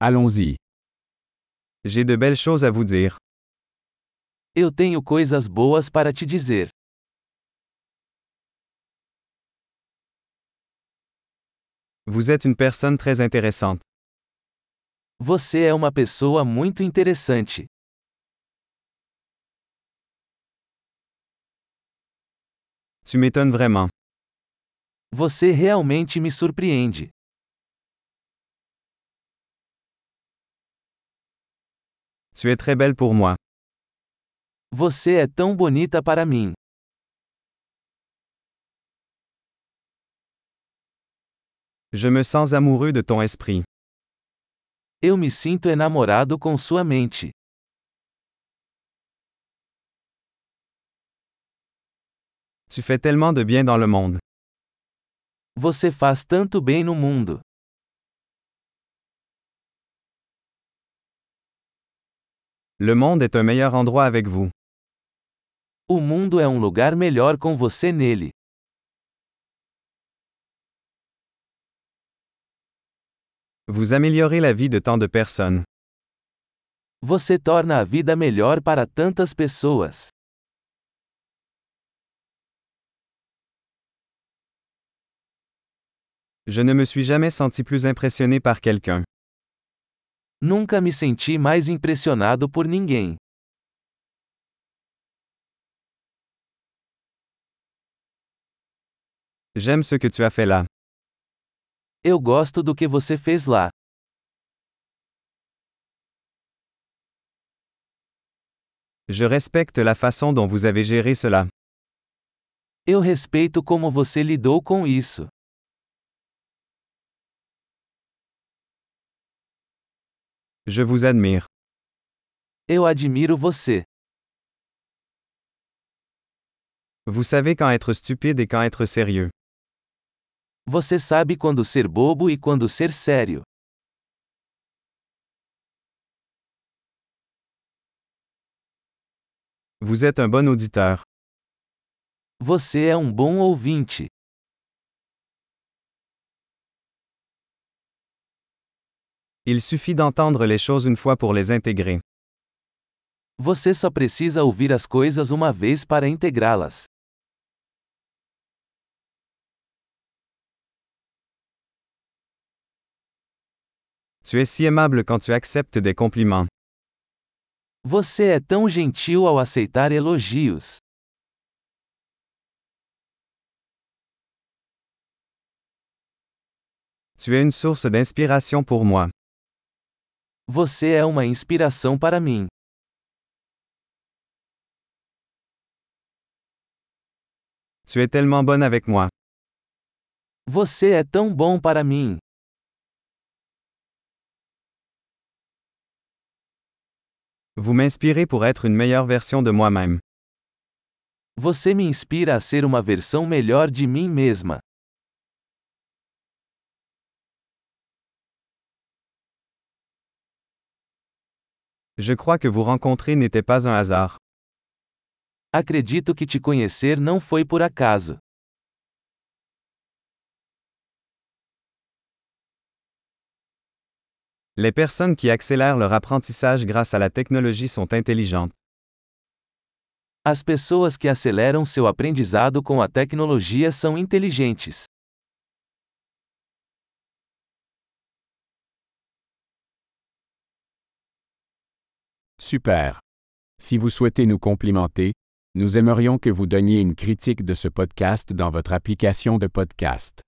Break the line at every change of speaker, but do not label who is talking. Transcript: Allons-y.
J'ai de belles choses à vous dire.
Eu tenho coisas boas para te dizer.
Vous êtes une personne très intéressante.
Você é uma pessoa muito interessante.
Tu m'étonnes vraiment.
Você realmente me surpreende.
Tu es très belle pour moi.
Você é tão bonita para mim.
Je me sens amoureux de ton esprit.
Eu me sinto enamorado com sua mente.
Tu fais tellement de bien dans le monde.
Você faz tanto bem no mundo.
Le monde est un meilleur endroit avec vous.
O mundo é um lugar melhor com você nele.
Vous améliorez la vie de tant de personnes.
Você torna a vida melhor para tantas pessoas.
Je ne me suis jamais senti plus impressionné par quelqu'un.
Nunca me senti mais impressionado por ninguém.
J'aime ce que tu as fait là.
Eu gosto do que você fez lá.
Je respecte la façon dont vous avez géré cela.
Eu respeito como você lidou com isso.
Je vous admire.
Eu admiro você.
Vous savez quand être stupide et quand être sérieux.
Você sabe quando ser bobo e quando ser sério.
Vous êtes un bon auditeur.
Você é um bom ouvinte.
Il suffit d'entendre les choses une fois pour les intégrer.
Você só precisa ouvir as coisas uma vez para integrá-las.
Tu es si aimable quand tu acceptes des compliments.
Você é tão gentil ao aceitar elogios.
Tu es une source d'inspiration pour moi.
Você é uma inspiração para mim.
Tu es tellement bonne avec moi.
Você é tão bom para mim.
Vous m'inspirez pour être une meilleure version de moi-même.
Você me inspira a ser uma versão melhor de mim mesma.
Je crois que vous rencontrer n'était pas un hasard.
Acredito que te conhecer não foi por acaso.
Les personnes qui accélèrent leur apprentissage grâce à la technologie sont intelligentes.
As pessoas que aceleram seu aprendizado com a tecnologia são inteligentes.
Super. Si vous souhaitez nous complimenter, nous aimerions que vous donniez une critique de ce podcast dans votre application de podcast.